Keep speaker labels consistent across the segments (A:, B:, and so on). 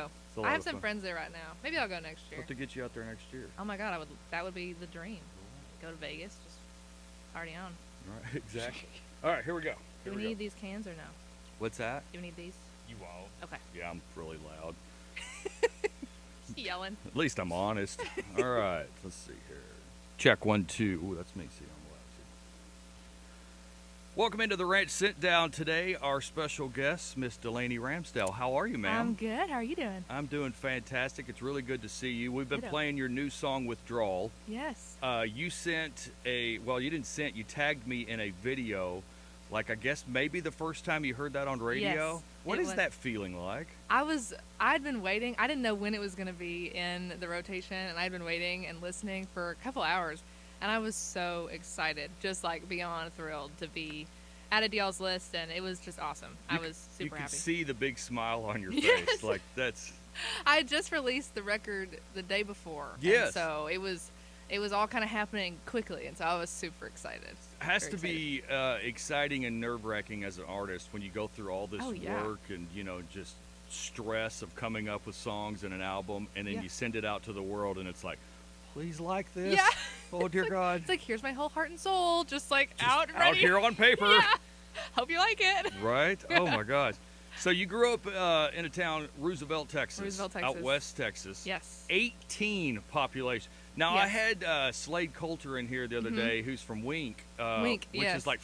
A: a lot
B: I have
A: of
B: some
A: fun.
B: friends there right now. Maybe I'll go next
A: I'll
B: year.
A: have to get you out there next year.
B: Oh my god, I would. That would be the dream. Go to Vegas, just party on.
A: All right, exactly. All right, here we go.
B: Do
A: Here
B: we
A: we
B: need
A: go.
B: these cans or no?
A: What's that?
B: Do we need these?
A: You all.
B: Okay,
A: Yeah, I'm really loud.
B: yelling.
A: At least I'm honest. All right, let's see here. Check one, two. Ooh, that's me. See, I'm loud. too. Welcome into the ranch sit down today. Our special guest, Miss Delaney Ramsdale. How are you, ma'am?
B: I'm good. How are you doing?
A: I'm doing fantastic. It's really good to see you. We've been
B: Ditto.
A: playing your new song, Withdrawal.
B: Yes.
A: Uh, you sent a, well, you didn't send, you tagged me in a video. Like, I guess maybe the first time you heard that on radio.
B: Yes,
A: what
B: it
A: is
B: was.
A: that feeling like?
B: I was. I'd been waiting. I didn't know when it was going to be in the rotation, and I'd been waiting and listening for a couple hours, and I was so excited, just like beyond thrilled to be added to y'all's list, and it was just awesome. I
A: You c-
B: was super
A: you can
B: happy.
A: see the big smile on your face.
B: Yes.
A: Like, that's,
B: I had just released the record the day before. and
A: Yes.
B: so it was, it was all kind of happening quickly, and so I was super excited.
A: has
B: Very
A: to be uh, exciting and nerve wracking as an artist when you go through all this
B: Oh, yeah.
A: work and you know just stress of coming up with songs and an album, and then
B: Yeah.
A: you send it out to the world, and it's like, please like this.
B: Yeah.
A: Oh dear God.
B: It's like here's my whole heart and soul, just like
A: Just
B: out, and ready.
A: here on paper,
B: Yeah. Hope you like it.
A: right? Oh my gosh. So you grew up uh, in a town, Roosevelt, Texas,
B: Roosevelt,
A: out
B: Texas.
A: west Texas.
B: Yes.
A: 18 population. Now I
B: Yes.
A: had uh, Slade Coulter in here the other
B: Mhm.
A: day, who's from Wink, uh,
B: Wink,
A: which is
B: yes.
A: like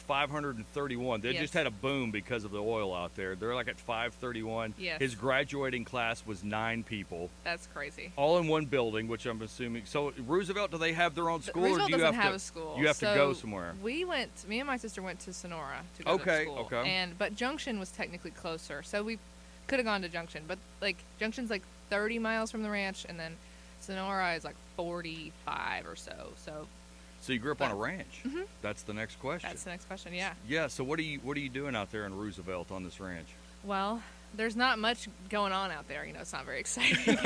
A: 531. They
B: Yes.
A: just had a boom because of the oil out there. They're like at 531.
B: Yes.
A: His graduating class was nine people,
B: That's crazy.
A: all in one building, which I'm assuming. So Roosevelt, do they have their own
B: Th-
A: school,
B: Roosevelt
A: or do you
B: doesn't
A: have,
B: have,
A: to?
B: a school.
A: you have to go
B: so
A: somewhere.
B: We went. Me and my sister went to Sonora to go
A: Okay,
B: to school.
A: okay.
B: And but Junction was technically closer, so we could have gone to Junction. But like Junction's like 30 miles from the ranch, and then Sonora is like 45 or so. So
A: So you grew up on a ranch.
B: Mhm.
A: That's the next question.
B: that's the next question. Yeah.
A: yeah. So what are you what are you doing out there in Roosevelt on this ranch?
B: Well, there's not much going on out there. You know, it's not very exciting.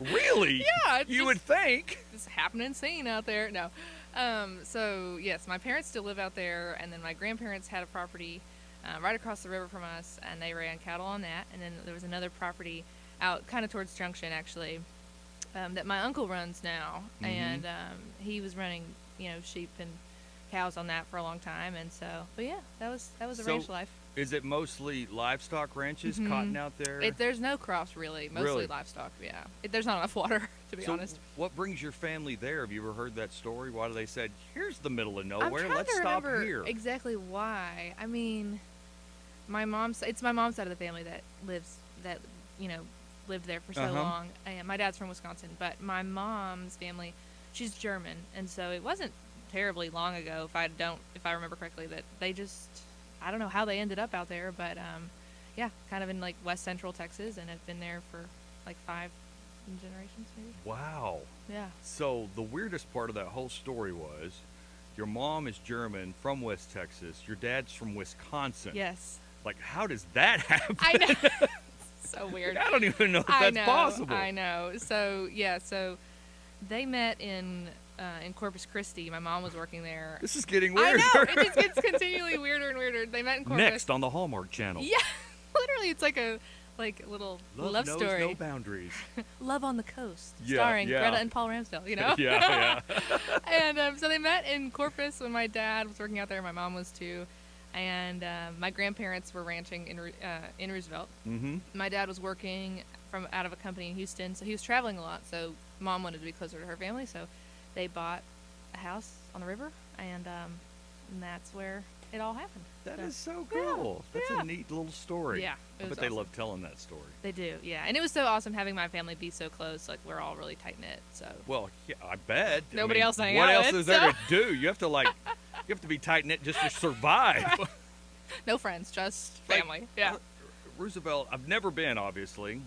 A: Really?
B: yeah. it's
A: You
B: just-
A: would think.
B: this happening scene out there. No. Um, so, yes, my parents still live out there, and then my grandparents had a property uh, right across the river from us, and they ran cattle on that. And then there was another property out kind of towards Junction, actually, um, that my uncle runs now,
A: Mhm.
B: and um, he was running, you know, sheep and cows on that for a long time. And so, but yeah, that was that was a
A: So-
B: ranch life.
A: Is it mostly livestock ranches,
B: Mhm.
A: cotton out there?
B: It, there's no crops really, mostly
A: Really?
B: livestock. Yeah, it, there's not enough water to be
A: so
B: honest.
A: what brings your family there? Have you ever heard that story? Why do they said, "Here's the middle of nowhere.
B: I'm trying
A: Let's
B: to
A: stop
B: remember
A: here."
B: exactly why. I mean, my mom's it's my mom's side of the family that lives that you know lived there for so
A: Uh-huh.
B: long. And my dad's from Wisconsin, but my mom's family, she's German, and so it wasn't terribly long ago if I don't if I remember correctly that they just I don't know how they ended up out there, but um, yeah, kind of in like west central Texas, and have been there for like five generations maybe.
A: wow.
B: Yeah.
A: So the weirdest part of that whole story was, your mom is German from West Texas. Your dad's from Wisconsin.
B: Yes.
A: Like, how does that happen?
B: I know. so weird.
A: I don't even know if
B: I
A: that's
B: know,
A: possible.
B: I know. So yeah, so they met in uh, in Corpus Christi. My mom was working there.
A: This is getting
B: I
A: weirder.
B: know. It just gets continually weirder and weirder. They met in Corpus.
A: Next on the Hallmark Channel.
B: Yeah, literally, it's like a like little
A: Love,
B: love,
A: knows
B: story.
A: no boundaries.
B: love on the coast,
A: Yeah,
B: starring
A: yeah.
B: Greta and Paul Ramsdale. You know.
A: yeah, yeah.
B: and um, so they met in Corpus when my dad was working out there. My mom was too. And um, my grandparents were ranching in Ru- uh, in Roosevelt,
A: mm-hmm.
B: my dad was working from out of a company in Houston, so he was traveling a lot. So mom wanted to be closer to her family, so they bought a house on the river, and, um, and that's where it all happened.
A: That
B: So-
A: is so
B: Yeah,
A: cool. That's
B: yeah.
A: a neat little story.
B: Yeah,
A: I
B: it
A: bet
B: was
A: they
B: awesome.
A: love telling that story.
B: They do, yeah. And it was so awesome having my family be so close. Like we're all really tight knit. So
A: Well, yeah, I bet. I
B: Nobody
A: mean,
B: else hang
A: What
B: out
A: else
B: with,
A: is there
B: so-
A: to do? You have to like, you have to be tight knit just to survive.
B: no friends, just
A: Like,
B: family. Yeah.
A: uh, Roosevelt, I've never been, obviously.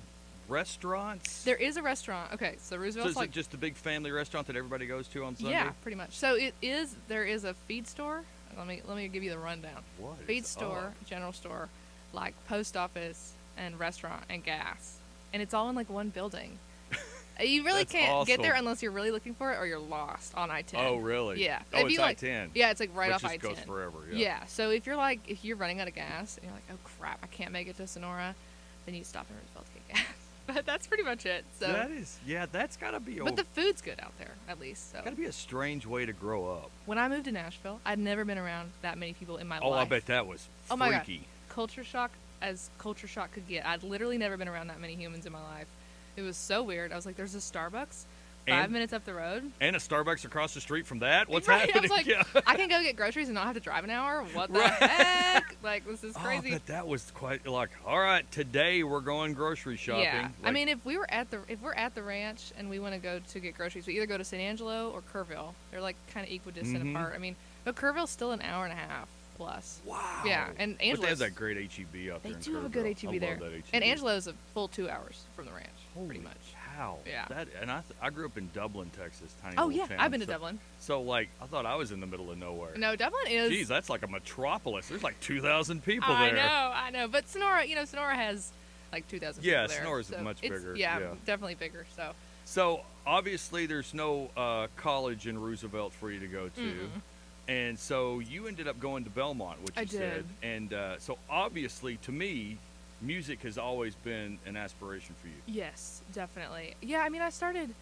A: Restaurants.
B: There is a restaurant. Okay, so
A: so
B: Roosevelt's
A: is
B: like
A: it just a big family restaurant that everybody goes to on Sunday?
B: yeah, pretty much. So it is. There is a feed store. Let me let me give you the rundown.
A: What is
B: feed store,
A: up?
B: general store, like post office and restaurant and gas, and it's all in like one building. You really
A: That's
B: can't get there
A: awesome.
B: unless you're really looking for it, or you're lost on I-10.
A: Oh, really?
B: Yeah.
A: Oh,
B: If
A: it's
B: you, like-
A: I-10.
B: Yeah, it's like right
A: which
B: off
A: just
B: I-10.
A: goes forever.
B: yeah. So if you're like if you're running out of gas and you're like, oh crap, I can't make it to Sonora, then you stop in Roosevelt to get gas. but that's pretty much it. So,
A: that is, yeah, that's gotta be.
B: but the food's good out there, at least. So,
A: gotta be a strange way to grow up.
B: when I moved to Nashville, I'd never been around that many people in my
A: Oh, I
B: life.
A: bet that was
B: Oh my God.
A: freaky.
B: Culture shock, as culture shock could get. I'd literally never been around that many humans in my life. It was so weird. I was like, "There's a Starbucks five
A: And-
B: minutes up the road."
A: And a Starbucks across the street from that. What's
B: Right,
A: happening?
B: I was like,
A: yeah.
B: I can go get groceries and not have to drive an hour. What the
A: Right.
B: heck? Like this is
A: Oh,
B: crazy.
A: I bet that was quite like, all right, today we're going grocery shopping.
B: Yeah, I
A: Like,
B: mean, if we were at the if we're at the ranch and we want to go to get groceries, we either go to San Angelo or Kerrville. They're like kind of equidistant
A: Mhm.
B: apart. I mean, but Kerrville's still an hour and a half plus.
A: wow.
B: yeah, and
A: But they have
B: Angelo's-
A: that great HEB out
B: They
A: there. in
B: do have a good
A: Kerrville.
B: HEB
A: I love
B: there.
A: that HEB.
B: And Angelo's a full two hours from the ranch,
A: Holy
B: pretty much.
A: Cow.
B: Yeah.
A: That and I, th- I grew up in Dublin, Texas, tiny
B: Oh
A: little
B: yeah,
A: town,
B: I've been to
A: so-
B: Dublin.
A: So like, I thought I was in the middle of nowhere.
B: No, Dublin is.
A: Geez, that's like a metropolis. There's like 2,000 people
B: I
A: there.
B: know, I know. But Sonora, you know, Sonora has like two thousand.
A: Yeah,
B: people there,
A: Sonora's
B: so
A: much
B: it's-
A: bigger,
B: Yeah,
A: yeah.
B: definitely bigger. So
A: So obviously, there's no uh, college in Roosevelt for you to go to,
B: Mm-mm.
A: and so you ended up going to Belmont, which
B: Mm-hmm. I
A: you said.
B: did.
A: And uh, so obviously, to me, music has always been an aspiration for you.
B: Yes, definitely. Yeah, I mean, I started.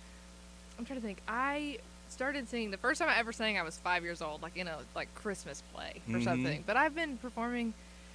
B: I'm trying to think. I started singing the first time I ever sang. I was five years old, like in a like Christmas play or
A: Mhm.
B: something. But I've been performing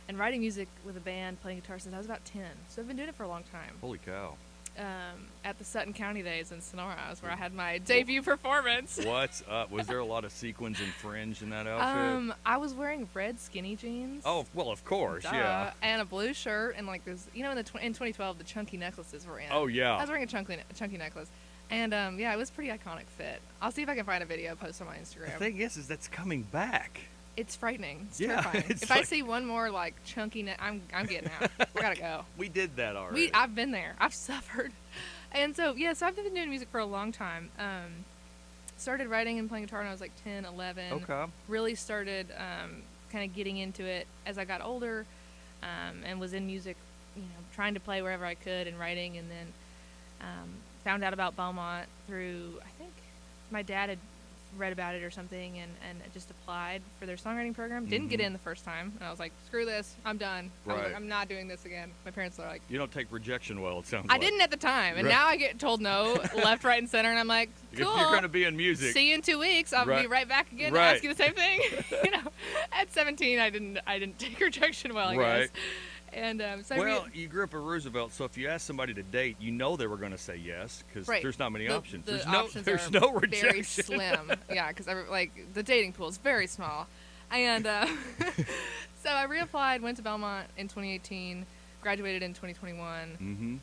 B: and writing music with a band, playing guitar since I was about ten. So I've been doing it for a long time.
A: Holy cow!
B: Um, at the Sutton County days in Sonora is where I had my debut performance.
A: What's up? Was there a lot of sequins and fringe in that outfit?
B: Um, I was wearing red skinny jeans.
A: oh well, of course,
B: duh,
A: yeah.
B: And a blue shirt and like this. You know, in the tw- in 2012, the chunky necklaces were in.
A: Oh
B: I
A: yeah.
B: was wearing a chunky, a chunky necklace. And um, yeah, it was a pretty iconic fit. I'll see if I can find a video post on my
A: The
B: Instagram.
A: thing is, is that's coming back.
B: it's frightening. It's
A: Yeah,
B: terrifying.
A: it's
B: if I
A: like-
B: see one more like chunky, ne- I'm I'm getting out. I gotta go.
A: We did that already.
B: We I've been there. I've suffered. And so yeah, so I've been doing music for a long time. Um, started writing and playing guitar when I was like 10, 11
A: okay.
B: really started um, kind of getting into it as I got older um, and was in music, you know, trying to play wherever I could and writing. And then um, found out about Belmont through, I think my dad had read about it or something and, and just applied for their songwriting program. Didn't get
A: Mhm.
B: in the first time. And I was like, screw this. I'm done. I was like,
A: Right.
B: I'm not doing this again. My parents are like,
A: You don't take rejection well. It sounds.
B: I
A: like.
B: didn't at the time. And
A: Right.
B: now I get told no left, right, and center. And I'm like,
A: If
B: cool.
A: you're going to be in music,
B: See you in two weeks. I'll be
A: Right.
B: right back again
A: Right.
B: to ask you the same thing. you know, at 17, I didn't, I didn't take rejection well, I
A: Right.
B: guess. And um, so I
A: Well,
B: mean,
A: you grew up in Roosevelt, so if you ask somebody to date, you know they were going to say yes because
B: Right.
A: there's not many
B: the,
A: options.
B: the
A: there's no,
B: options
A: there's
B: are
A: no
B: very
A: rejection.
B: slim. yeah, because like the dating pool is very small, and uh, so I reapplied, went to Belmont in 2018, graduated in 2021,
A: Mm-hmm.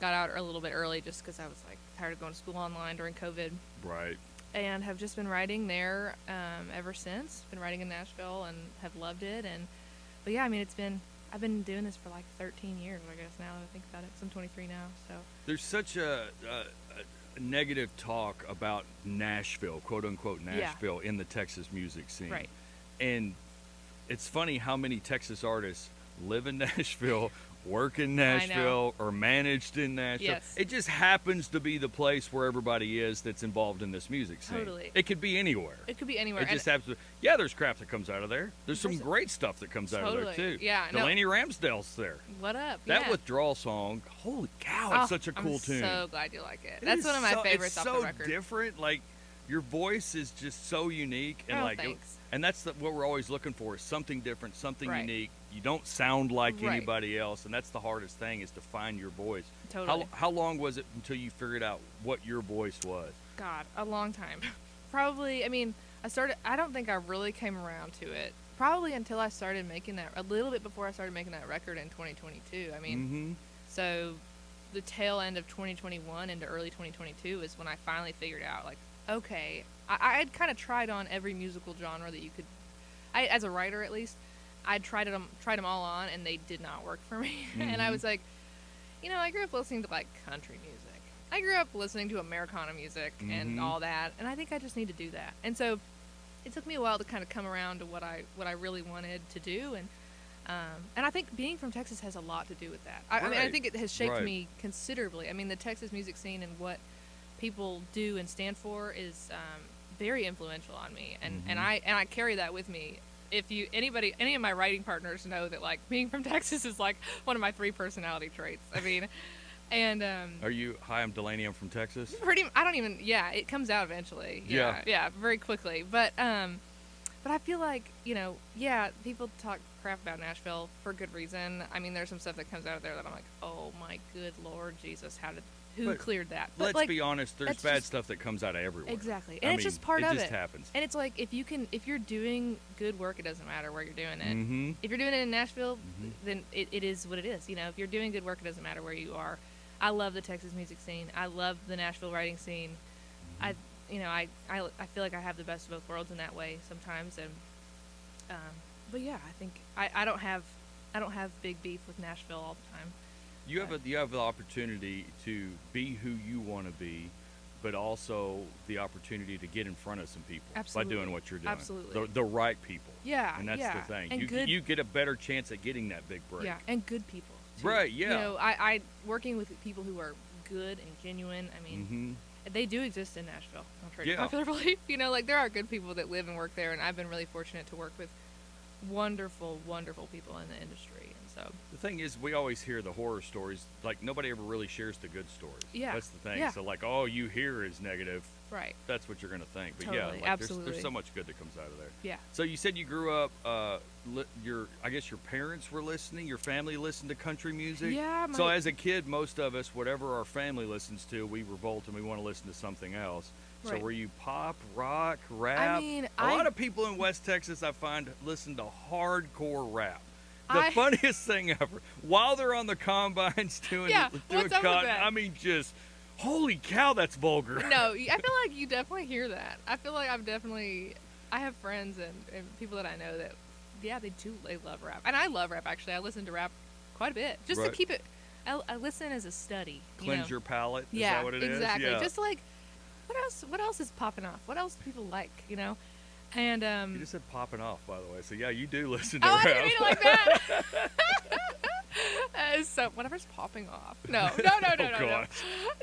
B: got out a little bit early just because I was like tired of going to school online during COVID.
A: Right.
B: and have just been writing there um, ever since. Been writing in Nashville and have loved it. And but yeah, I mean, it's been I've been doing this for like 13 years, I guess. Now that I think about it, 'cause I'm 23 now. So
A: There's such a, a, a negative talk about Nashville, quote unquote
B: Yeah.
A: Nashville, in the Texas music scene.
B: Right.
A: And it's funny how many Texas artists live in Nashville, work in
B: know.
A: Nashville, or managed in Nashville.
B: Yes.
A: It just happens to be the place where everybody is that's involved in this music scene.
B: Totally.
A: It could be anywhere.
B: it could be anywhere.
A: It
B: And
A: just happens. To, yeah, there's crap that comes out of there. There's some
B: There's-
A: great stuff that comes out of there
B: Totally.
A: too.
B: Yeah, no.
A: Delaney Ramsdale's there.
B: what up?
A: That
B: yeah.
A: withdrawal song. Holy cow! It's
B: Oh,
A: such a
B: I'm
A: cool tune.
B: So glad you like it.
A: It
B: That's
A: is
B: one of my
A: so-
B: favorites
A: It's
B: off
A: so
B: the record.
A: different. Like your voice is just so unique and
B: Oh,
A: like. it-
B: thanks.
A: and that's the, what we're always looking for is something different, something
B: Right.
A: unique. You don't sound like
B: Right.
A: anybody else, and that's the hardest thing is to find your voice.
B: Totally.
A: How, how long was it until you figured out what your voice was?
B: God, a long time. Probably. I mean, I started. I don't think I really came around to it. Probably until I started making that a little bit before I started making that record in 2022. I mean,
A: mm-hmm.
B: So the tail end of 2021 into early 2022 is when I finally figured out, like, okay, I, I had kind of tried on every musical genre that you could, I, as a writer at least, I tried them, tried them all on, and they did not work for me. and I
A: Mhm.
B: was like, you know, I grew up listening to like country music. I grew up listening to Americana music and
A: Mhm.
B: all that, and I think I just need to do that. And so it took me a while to kind of come around to what I what I really wanted to do, and um, and I think being from Texas has a lot to do with that. I, I mean, I
A: Right.
B: think it has shaped
A: Right.
B: me considerably. I mean, the Texas music scene and what people do and stand for is um, very influential on me, and, and
A: Mhm.
B: I and I carry that with me. If you anybody any of my writing partners know that like being from Texas is like one of my three personality traits. I mean, and um,
A: Are you? Hi, I'm Delaney. I'm from Texas.
B: pretty i don't even yeah it comes out eventually
A: Yeah.
B: yeah very quickly but um but i feel like you know yeah people talk crap about nashville for good reason i mean there's some stuff that comes out of there that i'm like oh my good lord jesus how did who
A: But
B: cleared that but
A: Let's
B: like
A: be honest. There's
B: that's
A: bad
B: just-
A: stuff that comes out of everywhere.
B: exactly
A: I
B: and it's
A: mean,
B: just part of
A: just
B: it
A: happens.
B: and it's like if you can if you're doing good work it doesn't matter where you're doing it
A: Mm-hmm.
B: if you're doing it in Nashville,
A: Mhm.
B: then it, it is what it is. You know, if you're doing good work, it doesn't matter where you are. I love the Texas music scene. I love the Nashville writing scene.
A: Mm-hmm.
B: I, you know, I, I, I feel like I have the best of both worlds in that way sometimes. And, um, but yeah, I think I, I don't have, I don't have big beef with Nashville all the time.
A: You have a,
B: Right.
A: you have the opportunity to be who you want to be, but also the opportunity to get in front of some people by
B: Absolutely.
A: doing what you're doing.
B: Absolutely.
A: The, the right people.
B: Yeah,
A: And that's
B: yeah.
A: the thing.
B: And
A: you,
B: good,
A: you get a better chance at getting that big break.
B: yeah, and good people. too.
A: Right,
B: You
A: yeah.
B: know, I, I working with people who are good and genuine. I mean,
A: hmm
B: they do exist in Nashville. Contrary
A: Yeah.
B: to popular belief, you know, like there are good people that live and work there, and I've been really fortunate to work with wonderful, wonderful people in the industry. And so,
A: The thing is, we always hear the horror stories. Like nobody ever really shares the good stories.
B: Yeah.
A: That's the thing.
B: Yeah.
A: So like, all you hear is negative.
B: right,
A: That's what you're gonna think. But yeah,
B: Totally.
A: like, there's, there's
B: Absolutely.
A: so much good that comes out of there.
B: yeah,
A: So you said you grew up. Uh, li- your I guess your parents were listening. Your family listened to country music.
B: yeah.
A: So
B: my-
A: as a kid, most of us, whatever our family listens to, we revolt and we want to listen to something else. So
B: Right.
A: were you pop, rock, rap?
B: I mean,
A: a
B: I-
A: lot of people in West Texas, I find, listen to hardcore rap. The
B: I-
A: funniest thing ever. While they're on the combines doing
B: Yeah,
A: doing
B: what's up with
A: cotton,
B: that?
A: I mean, just holy cow, that's vulgar.
B: no, I feel like you definitely hear that. I feel like I've definitely, I have friends and, and people that I know that, yeah, they do, they love rap, and I love rap actually. I listen to rap quite a bit just
A: Right.
B: to keep it. I, I listen as a study. you know?
A: Cleanse your palate.
B: Yeah,
A: is that what it is?
B: exactly.
A: Yeah.
B: Just like what else? What else is popping off? What else do people like? You know, and um.
A: you just said popping off, by the way. So yeah, you do listen to
B: oh, I
A: rap.
B: didn't mean it like that. Uh, so whatever's popping off. No, no, no, no,
A: Oh,
B: no, no,
A: God.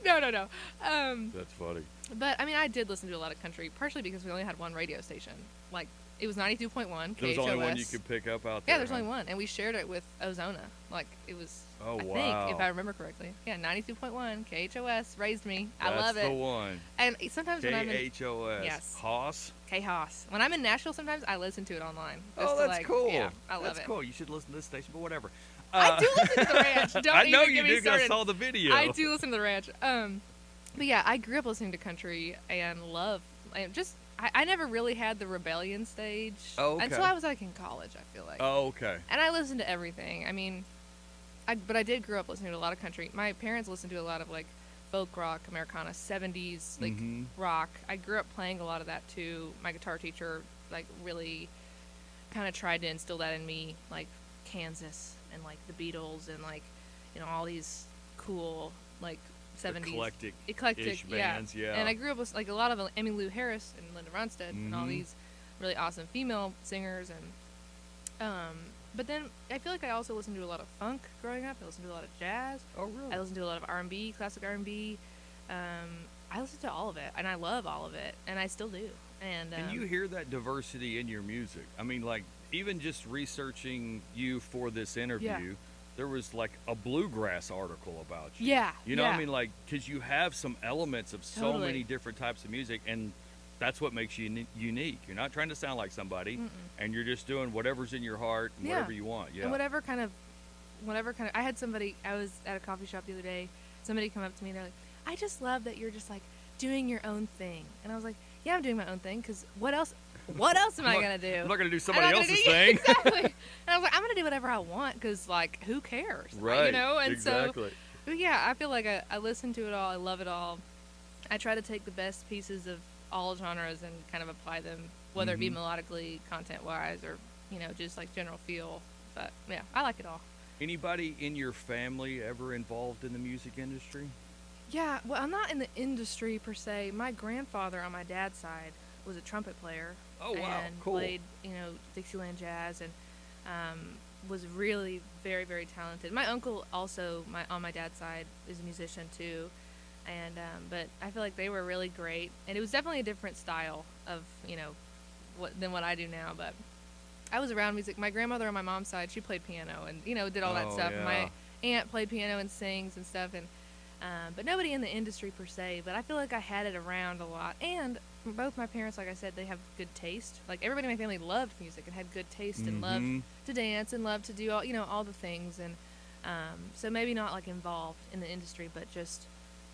B: no, no, no. Um,
A: That's funny.
B: but I mean, I did listen to a lot of country, partially because we only had one radio station. Like it was ninety-two point one.
A: There's only one you could pick up out there.
B: Yeah, there's
A: huh?
B: only one, and we shared it with Ozona. Like it was.
A: Oh,
B: I
A: wow.
B: think, if I remember correctly, yeah, ninety-two point one KHOS raised me. I
A: That's
B: love
A: the
B: it.
A: one.
B: And sometimes when I'm in
A: K H O S.
B: Yes.
A: Hoss.
B: Chaos. When I'm in Nashville, sometimes I listen to it online. just
A: Oh,
B: to,
A: that's
B: like-
A: cool.
B: Yeah, I love
A: that's
B: it.
A: cool. You should listen to this station, but whatever.
B: I
A: Uh,
B: do listen to the ranch. Don't
A: I know
B: even
A: you
B: get
A: do.
B: me
A: 'cause I
B: started.
A: saw the video.
B: I do listen to the ranch. Um, but yeah, I grew up listening to country and love and just. I, I never really had the rebellion stage
A: Oh,
B: until
A: okay.
B: I was like in college. I feel like,
A: Oh, okay.
B: and I listened to everything. I mean, I but I did grow up listening to a lot of country. My parents listened to a lot of like folk rock, Americana, seventies, like
A: Mhm.
B: rock. I grew up playing a lot of that too. My guitar teacher like really kind of tried to instill that in me, like Kansas and like the Beatles and like you know all these cool like seventies
A: Eclectic.
B: eclectic yeah.
A: bands, yeah.
B: And I grew up with like a lot of Emmy Lou Harris and Linda Ronstadt and all
A: Mhm.
B: these really awesome female singers and um. But then I feel like I also listened to a lot of funk growing up. I listened to a lot of jazz.
A: Oh, really?
B: I listened to a lot of R and B, classic R and B. Um, I listened to all of it, and I love all of it, and I still do. And, um,
A: and you hear that diversity in your music. I mean, like even just researching you for this interview, there was like a bluegrass article about you.
B: yeah,
A: You know, what
B: yeah.
A: I mean, like, because you have some elements of so
B: Totally.
A: many different types of music, and that's what makes you uni- unique. You're not trying to sound like somebody,
B: Mm-mm.
A: and you're just doing whatever's in your heart, and
B: Mm. Yeah.
A: whatever you want. Yeah.
B: And whatever kind of, whatever kind of, I had somebody. I was at a coffee shop the other day. Somebody come up to me. and They're like, "I just love that you're just like doing your own thing." And I was like, "Yeah, I'm doing my own thing because what else? What else am I
A: not-
B: gonna do?"
A: I'm not gonna
B: I'm
A: do
B: not
A: somebody
B: gonna
A: else's
B: do-
A: thing.
B: exactly. And I was like, "I'm gonna do whatever I want because like who cares?" Like,
A: right.
B: You know. And so
A: exactly.
B: But yeah, I feel like I, I listen to it all. I love it all. I try to take the best pieces of all genres and kind of apply them, whether it be
A: Mhm.
B: melodically, content wise, or, you know, just like general feel. But yeah, I like it all.
A: Anybody in your family ever involved in the music industry?
B: Yeah, well, I'm not in the industry per se. My grandfather on my dad's side was a trumpet player.
A: Oh, wow.
B: And
A: Cool.
B: played, you know, Dixieland jazz and um, was really very, very talented. My uncle also, my on my dad's side, is a musician too. And um, but I feel like they were really great, and it was definitely a different style of you know, what than what I do now. But I was around music. My grandmother on my mom's side, she played piano and you know did all that
A: Oh,
B: stuff. And
A: yeah.
B: My aunt played piano and sings and stuff, and Um, but nobody in the industry per se, but I feel like I had it around a lot. And both my parents, like I said, they have good taste. Like everybody in my family loved music and had good taste and loved
A: Mhm.
B: to dance and loved to do all you know all the things. And um, so maybe not like involved in the industry, but just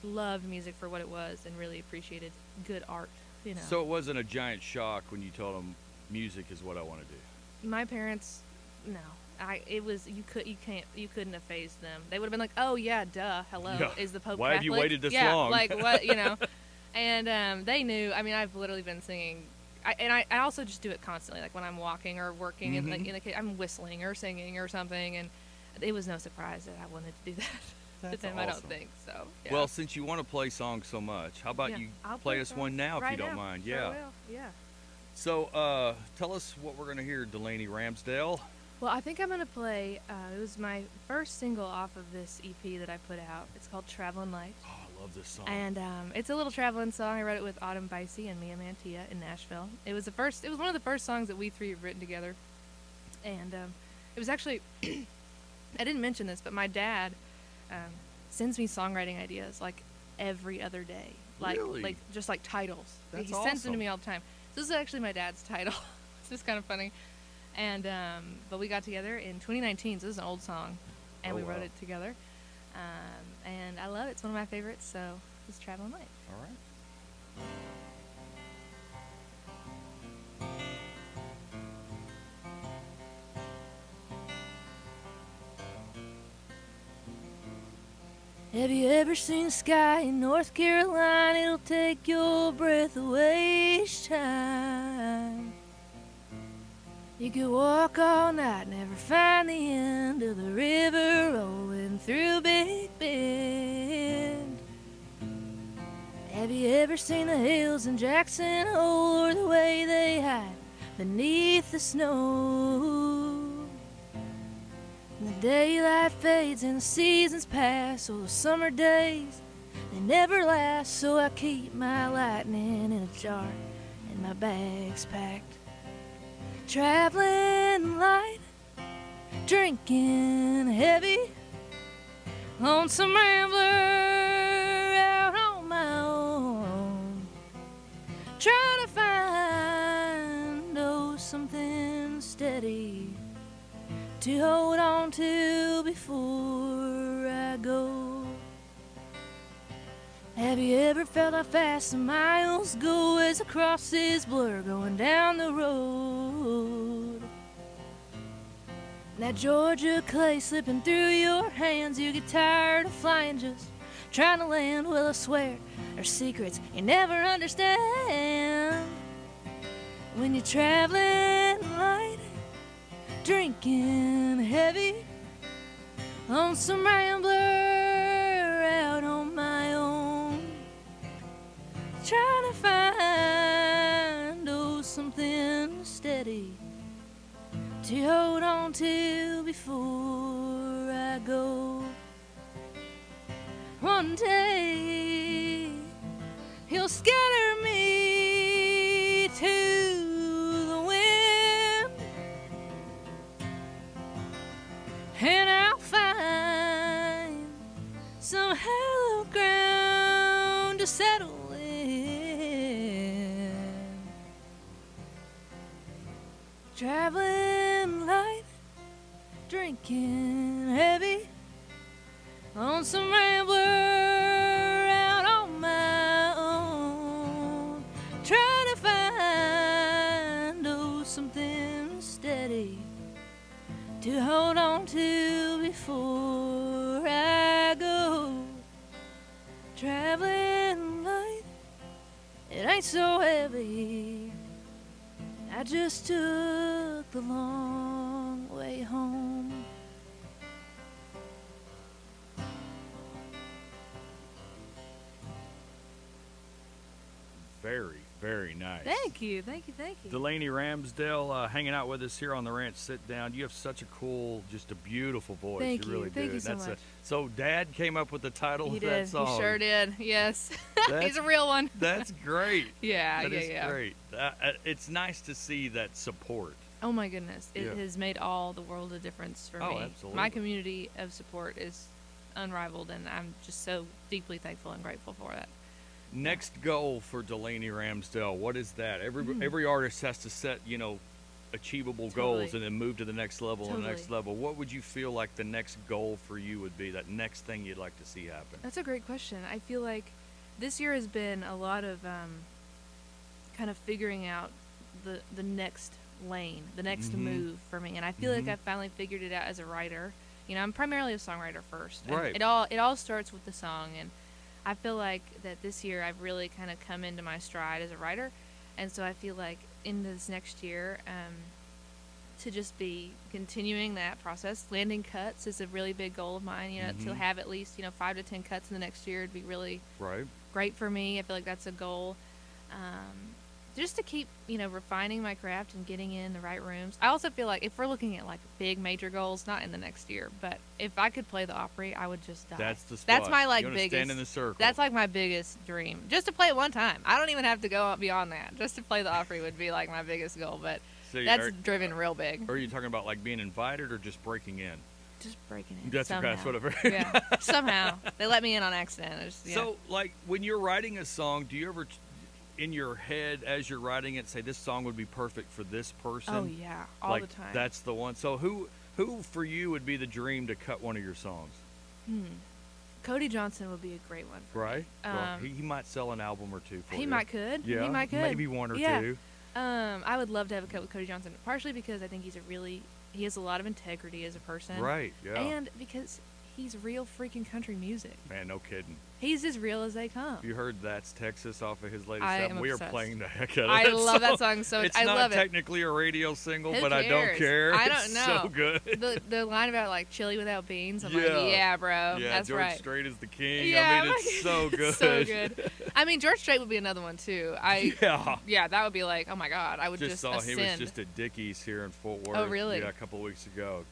B: loved music for what it was and really appreciated good art. You know.
A: So it wasn't a giant shock when you told them music is what I want to do.
B: my parents no i it was you could you can't you couldn't have phased them they would have been like oh yeah duh hello
A: Yeah.
B: is the pope
A: Why have you
B: Catholic?"
A: waited this
B: yeah,
A: long?
B: like what you know and um, they knew i mean i've literally been singing I, and I, I also just do it constantly like when i'm walking or working and like
A: Mhm.
B: in the kitchen i'm whistling or singing or something and it was no surprise that i wanted to do that to
A: That's
B: them i don't
A: awesome.
B: think so yeah.
A: Well, since you want to play songs so much, how about
B: Yeah.
A: you
B: I'll
A: play
B: play
A: us
B: songs
A: one now if you
B: right
A: don't
B: now.
A: mind?
B: I
A: Yeah.
B: will, yeah
A: So uh, tell us what we're going to hear, Delaney Ramsdale.
B: Well, I think I'm gonna play. Uh, it was my first single off of this EP that I put out. It's called "Traveling Light,"
A: Oh, I love this song.
B: and um, it's a little traveling song. I wrote it with Autumn Bicey and Mia Mantia in Nashville. It was the first. It was one of the first songs that we three have written together, and um, it was actually. I didn't mention this, but my dad um, sends me songwriting ideas like every other day, like
A: Really?
B: like just like titles.
A: That's
B: he sends them to
A: awesome.
B: me all the time. This is actually my dad's title. it's just kind of funny. And um, but we got together in 2019. So this is an old song, and
A: Oh,
B: we wrote
A: wow.
B: it together. Um, and I love it. It's one of my favorites. So it's traveling light.
A: All right.
B: Have you ever seen the sky in North Carolina? It'll take your breath away each time. You could walk all night, never find the end of the river rolling through Big Bend. Have you ever seen the hills in Jackson Hole or the way they hide beneath the snow? And the daylight fades and the seasons pass, or the summer days, they never last. So I keep my lightning in a jar and my bags packed. Traveling light, drinking heavy, lonesome rambler out on my own. Trying to find oh, something steady to hold on to before I go. Have you ever felt how fast the miles go as I cross this blur going down the road? That Georgia clay slipping through your hands, you get tired of flying just trying to land. Well, I swear, there's secrets you never understand when you're traveling light drinking heavy on some rambler out on my own trying to find oh something steady to hold on to before I go one day he'll scatter me to the wind and I'll find some hollow ground to settle in. Traveling light, drinking heavy, on some rambler out on my own, trying to find oh something steady to hold on to before I go. Traveling light, it ain't so heavy. I just took the long way home.
A: Very, very nice.
B: Thank you, thank you, thank you.
A: Delaney Ramsdale uh, hanging out with us here on the ranch. Sit down. You have such a cool, just a beautiful voice.
B: Thank
A: you really
B: you. Thank
A: do.
B: you so
A: That's a-
B: much.
A: so Dad came up with the title
B: he
A: of
B: did.
A: that song.
B: He sure did. Yes,
A: That's-
B: he's a real one.
A: That's great.
B: Yeah,
A: That
B: Ah, yeah,
A: is
B: yeah.
A: great. Uh, uh, it's nice to see that support.
B: Oh my goodness, it
A: Yeah.
B: has made all the world a difference for
A: Oh,
B: me.
A: absolutely.
B: My community of support is unrivaled, and I'm just so deeply thankful and grateful for that.
A: Next goal for Delaney Ramsdale. What is that? Every
B: Mm-hmm.
A: every artist has to set you know achievable goals
B: Totally.
A: and then move to the next level and the next
B: Totally.
A: level. What would you feel like the next goal for you would be? That next thing you'd like to see happen?
B: That's a great question. I feel like this year has been a lot of um, kind of figuring out the the next lane, the next
A: Mhm.
B: move for me, and I feel
A: Mhm.
B: like I finally figured it out as a writer. You know, I'm primarily a songwriter first. and
A: Right.
B: It all it all starts with the song, and I feel like that this year I've really kind of come into my stride as a writer, and so I feel like in this next year. Um, to just be continuing that process. Landing cuts is a really big goal of mine. You know, to
A: Mhm.
B: have at least you know five to ten cuts in the next year would be really
A: Right.
B: great for me. I feel like that's a goal. Um, just to keep you know refining my craft and getting in the right rooms. I also feel like if we're looking at like big major goals, not in the next year, but if I could play the Opry, I would just die.
A: That's the spot.
B: That's my like
A: you wanna
B: biggest.
A: Stand in the circle.
B: That's like my biggest dream. Just to play it one time. I don't even have to go beyond that. Just to play the Opry would be like my biggest goal, but
A: So you-
B: that's
A: are,
B: driven real big.
A: are you talking about like being invited or just breaking in?
B: Just breaking it.
A: That's
B: somehow.
A: that's what I've heard.
B: yeah, somehow they let me in on accident. It's- yeah.
A: So, like, when you're writing a song, do you ever, t- in your head as you're writing it, say this song would be perfect for this person?
B: oh yeah, all
A: like,
B: the time.
A: That's the one. So, who, who for you would be the dream to cut one of your songs?
B: Hmm. Cody Johnson would be a great one. For
A: Right? Go on.
B: Um,
A: he, he might sell an album or two for
B: He
A: you.
B: might could.
A: Yeah.
B: He might could.
A: Maybe one or
B: Yeah.
A: two.
B: Um, I would love to have a cut with Cody Johnson, partially because I think he's a really he has a lot of integrity as a person.
A: Right? Yeah.
B: And because he's real freaking country music.
A: Man, no kidding.
B: He's as real as they come.
A: You heard that's Texas off of his latest
B: I
A: album.
B: am
A: we are
B: obsessed.
A: playing the heck out of
B: I
A: that
B: love that
A: song.
B: song so much.
A: It's
B: I
A: not
B: love it.
A: technically a radio single,
B: Who
A: but I don't
B: cares?
A: care.
B: I don't
A: it's So
B: know.
A: good.
B: The, the line about like chili without beans. I'm
A: Yeah.
B: like, yeah, bro.
A: yeah,
B: Oh, that's
A: George
B: right.
A: Strait is the king. I
B: Yeah,
A: mean,
B: I'm
A: it's so
B: like-
A: good.
B: it's so good. I mean, George Strait would be another one too. I
A: yeah.
B: yeah, that would be like, oh my god, I would
A: Just
B: just,
A: saw
B: ascend. Oh,
A: he was just at Dickie's here in Fort Worth.
B: really?
A: Yeah, a couple weeks ago.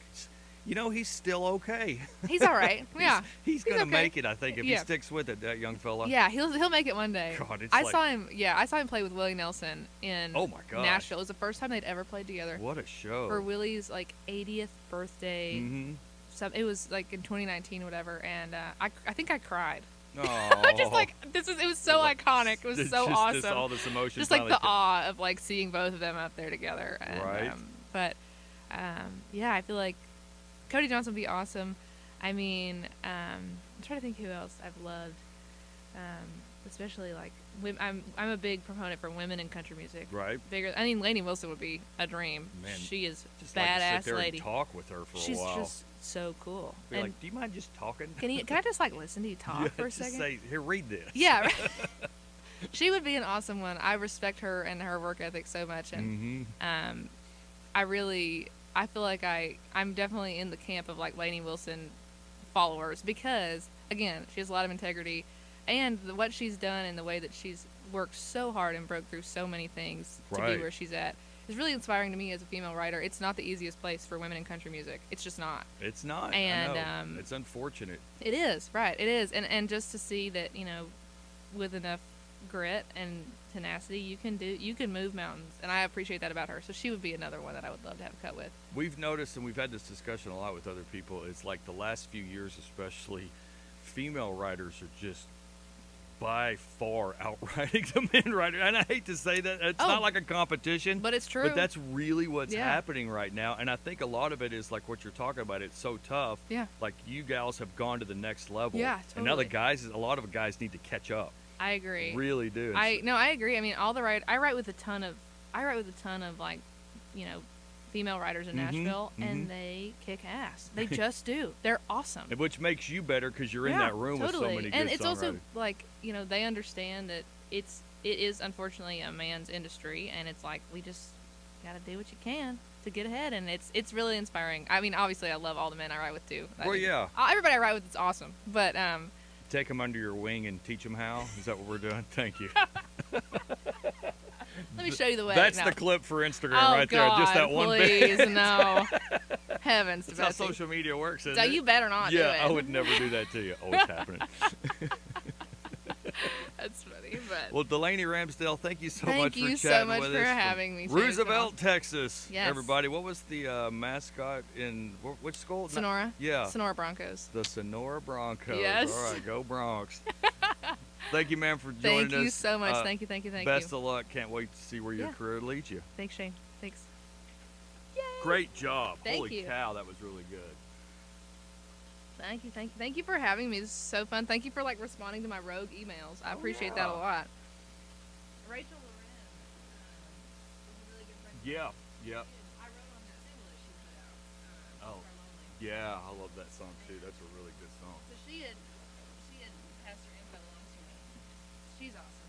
A: You know, he's still okay.
B: He's all right. Yeah,
A: He's,
B: He's
A: going to
B: okay.
A: make it, I think, if he
B: Yeah.
A: sticks with it, that young fella.
B: yeah, he'll he'll make it one day.
A: God, it's
B: I
A: like-
B: saw him. Yeah, I saw him play with Willie Nelson in
A: Oh my gosh.
B: Nashville. It was the first time they'd ever played together
A: What a show.
B: for Willie's like 80th birthday.
A: mm-hmm.
B: Some, it was like in 2019, whatever. And uh, I I think I cried.
A: Oh.
B: just like this is it was so
A: Like,
B: iconic. It was
A: It's
B: so
A: just
B: awesome.
A: This, all this emotion.
B: just like
A: finally
B: the
A: ca-
B: awe of like seeing both of them up there together. And,
A: Right.
B: Um, but um, yeah, I feel like Cody Johnson would be awesome. I mean, um, I'm trying to think who else I've loved, um, especially like wom- I'm I'm a big proponent for women in country music.
A: Right?
B: Bigger, I mean, Lainey Wilson would be a dream.
A: Man,
B: she is
A: Just like to
B: badass
A: sit there
B: lady.
A: and talk with her for
B: She's
A: a while.
B: just so cool.
A: Be
B: and
A: like, do you mind just talking?
B: can you can I just like listen to you talk
A: yeah,
B: for a
A: just
B: second?
A: Say, Here, read this.
B: Yeah. right. she would be an awesome one. I respect her and her work ethic so much and
A: Mm-hmm.
B: um I really I feel like I I'm definitely in the camp of like Lainey Wilson followers because again, she has a lot of integrity and the, what she's done and the way that she's worked so hard and broke through so many things to
A: Right.
B: be where she's at is really inspiring to me as a female writer. It's not the easiest place for women in country music. It's just not.
A: It's not. I
B: And,
A: know.
B: um,
A: it's unfortunate.
B: It is right. It is, and and just to see that you know, with enough grit and tenacity, you can do you can move mountains, and I appreciate that about her. So she would be another one that I would love to have cut with.
A: We've noticed, and we've had this discussion a lot with other people. It's like the last few years, especially, female writers are just by far outriding the men writers. And I hate to say that it's not
B: Oh.
A: like a competition,
B: But it's true.
A: Mm, but that's really what's
B: Yeah.
A: happening right now. And I think a lot of it is like what you're talking about. It's so tough.
B: yeah,
A: Like you gals have gone to the next level.
B: Yeah,
A: And now the
B: totally.
A: guys, a lot of guys need to catch up.
B: I agree.
A: Really do. It's-
B: I no, I agree. I mean, all the right. I write with a ton of I write with a ton of like, you know, female writers in
A: Mhm,
B: Nashville,
A: mhm.
B: and they kick ass. They just do. They're awesome.
A: which makes you better because you're in
B: Yeah,
A: that room
B: totally.
A: with so many
B: and
A: good
B: it's also
A: songwriters.
B: like you know they understand that it's it is unfortunately a man's industry and it's like we just gotta do what you can to get ahead and it's it's really inspiring i mean obviously i love all the men i write with too I
A: Well,
B: think-
A: yeah.
B: uh, everybody i write with is awesome but um
A: Take them under your wing and teach them how. Is that what we're doing? Thank you.
B: let me show you the way
A: That's
B: No.
A: the clip for Instagram
B: oh,
A: right there.
B: God,
A: Just that one bit.
B: please no heavens to
A: That's how
B: Betsy.
A: social media works. Isn't
B: so
A: it?
B: you better not
A: yeah,
B: do it
A: I would never do that to you. Oh, it's happening.
B: That's funny, but
A: Well, Delaney Ramsdale, thank you so
B: thank
A: much
B: you
A: for chatting
B: so much
A: with
B: for
A: us. from
B: having me. Chase, and
A: Roosevelt, Texas.
B: Yes.
A: Everybody, what was the uh, mascot in wh- which school?
B: I'll-
A: Not-
B: Sonora.
A: Yeah.
B: Sonora Broncos.
A: The Sonora Broncos.
B: Yes.
A: All right, go Bronx. thank you, ma'am, for joining
B: Thank you
A: us.
B: so much.
A: Uh,
B: thank you, thank you, thank
A: Best
B: you.
A: of luck. Can't wait to see where your
B: Yeah.
A: career leads you.
B: Thanks, Shane. Thanks.
A: Great job.
B: Thank
A: Holy
B: you.
A: cow, that was really good.
B: Thank you, thank you, thank you for having me. This is so fun. Thank you for like responding to my rogue emails. I
A: Oh,
B: appreciate that a
A: yeah.
B: lot. Rachel Loren, um, is a really good friend.
A: Yeah. Yep.
B: I wrote on that single that she put out. Um,
A: Oh.
B: Our Lonely.
A: Yeah, I love that song too. That's a really good song.
B: So she had, she had passed her info along to me. She's awesome.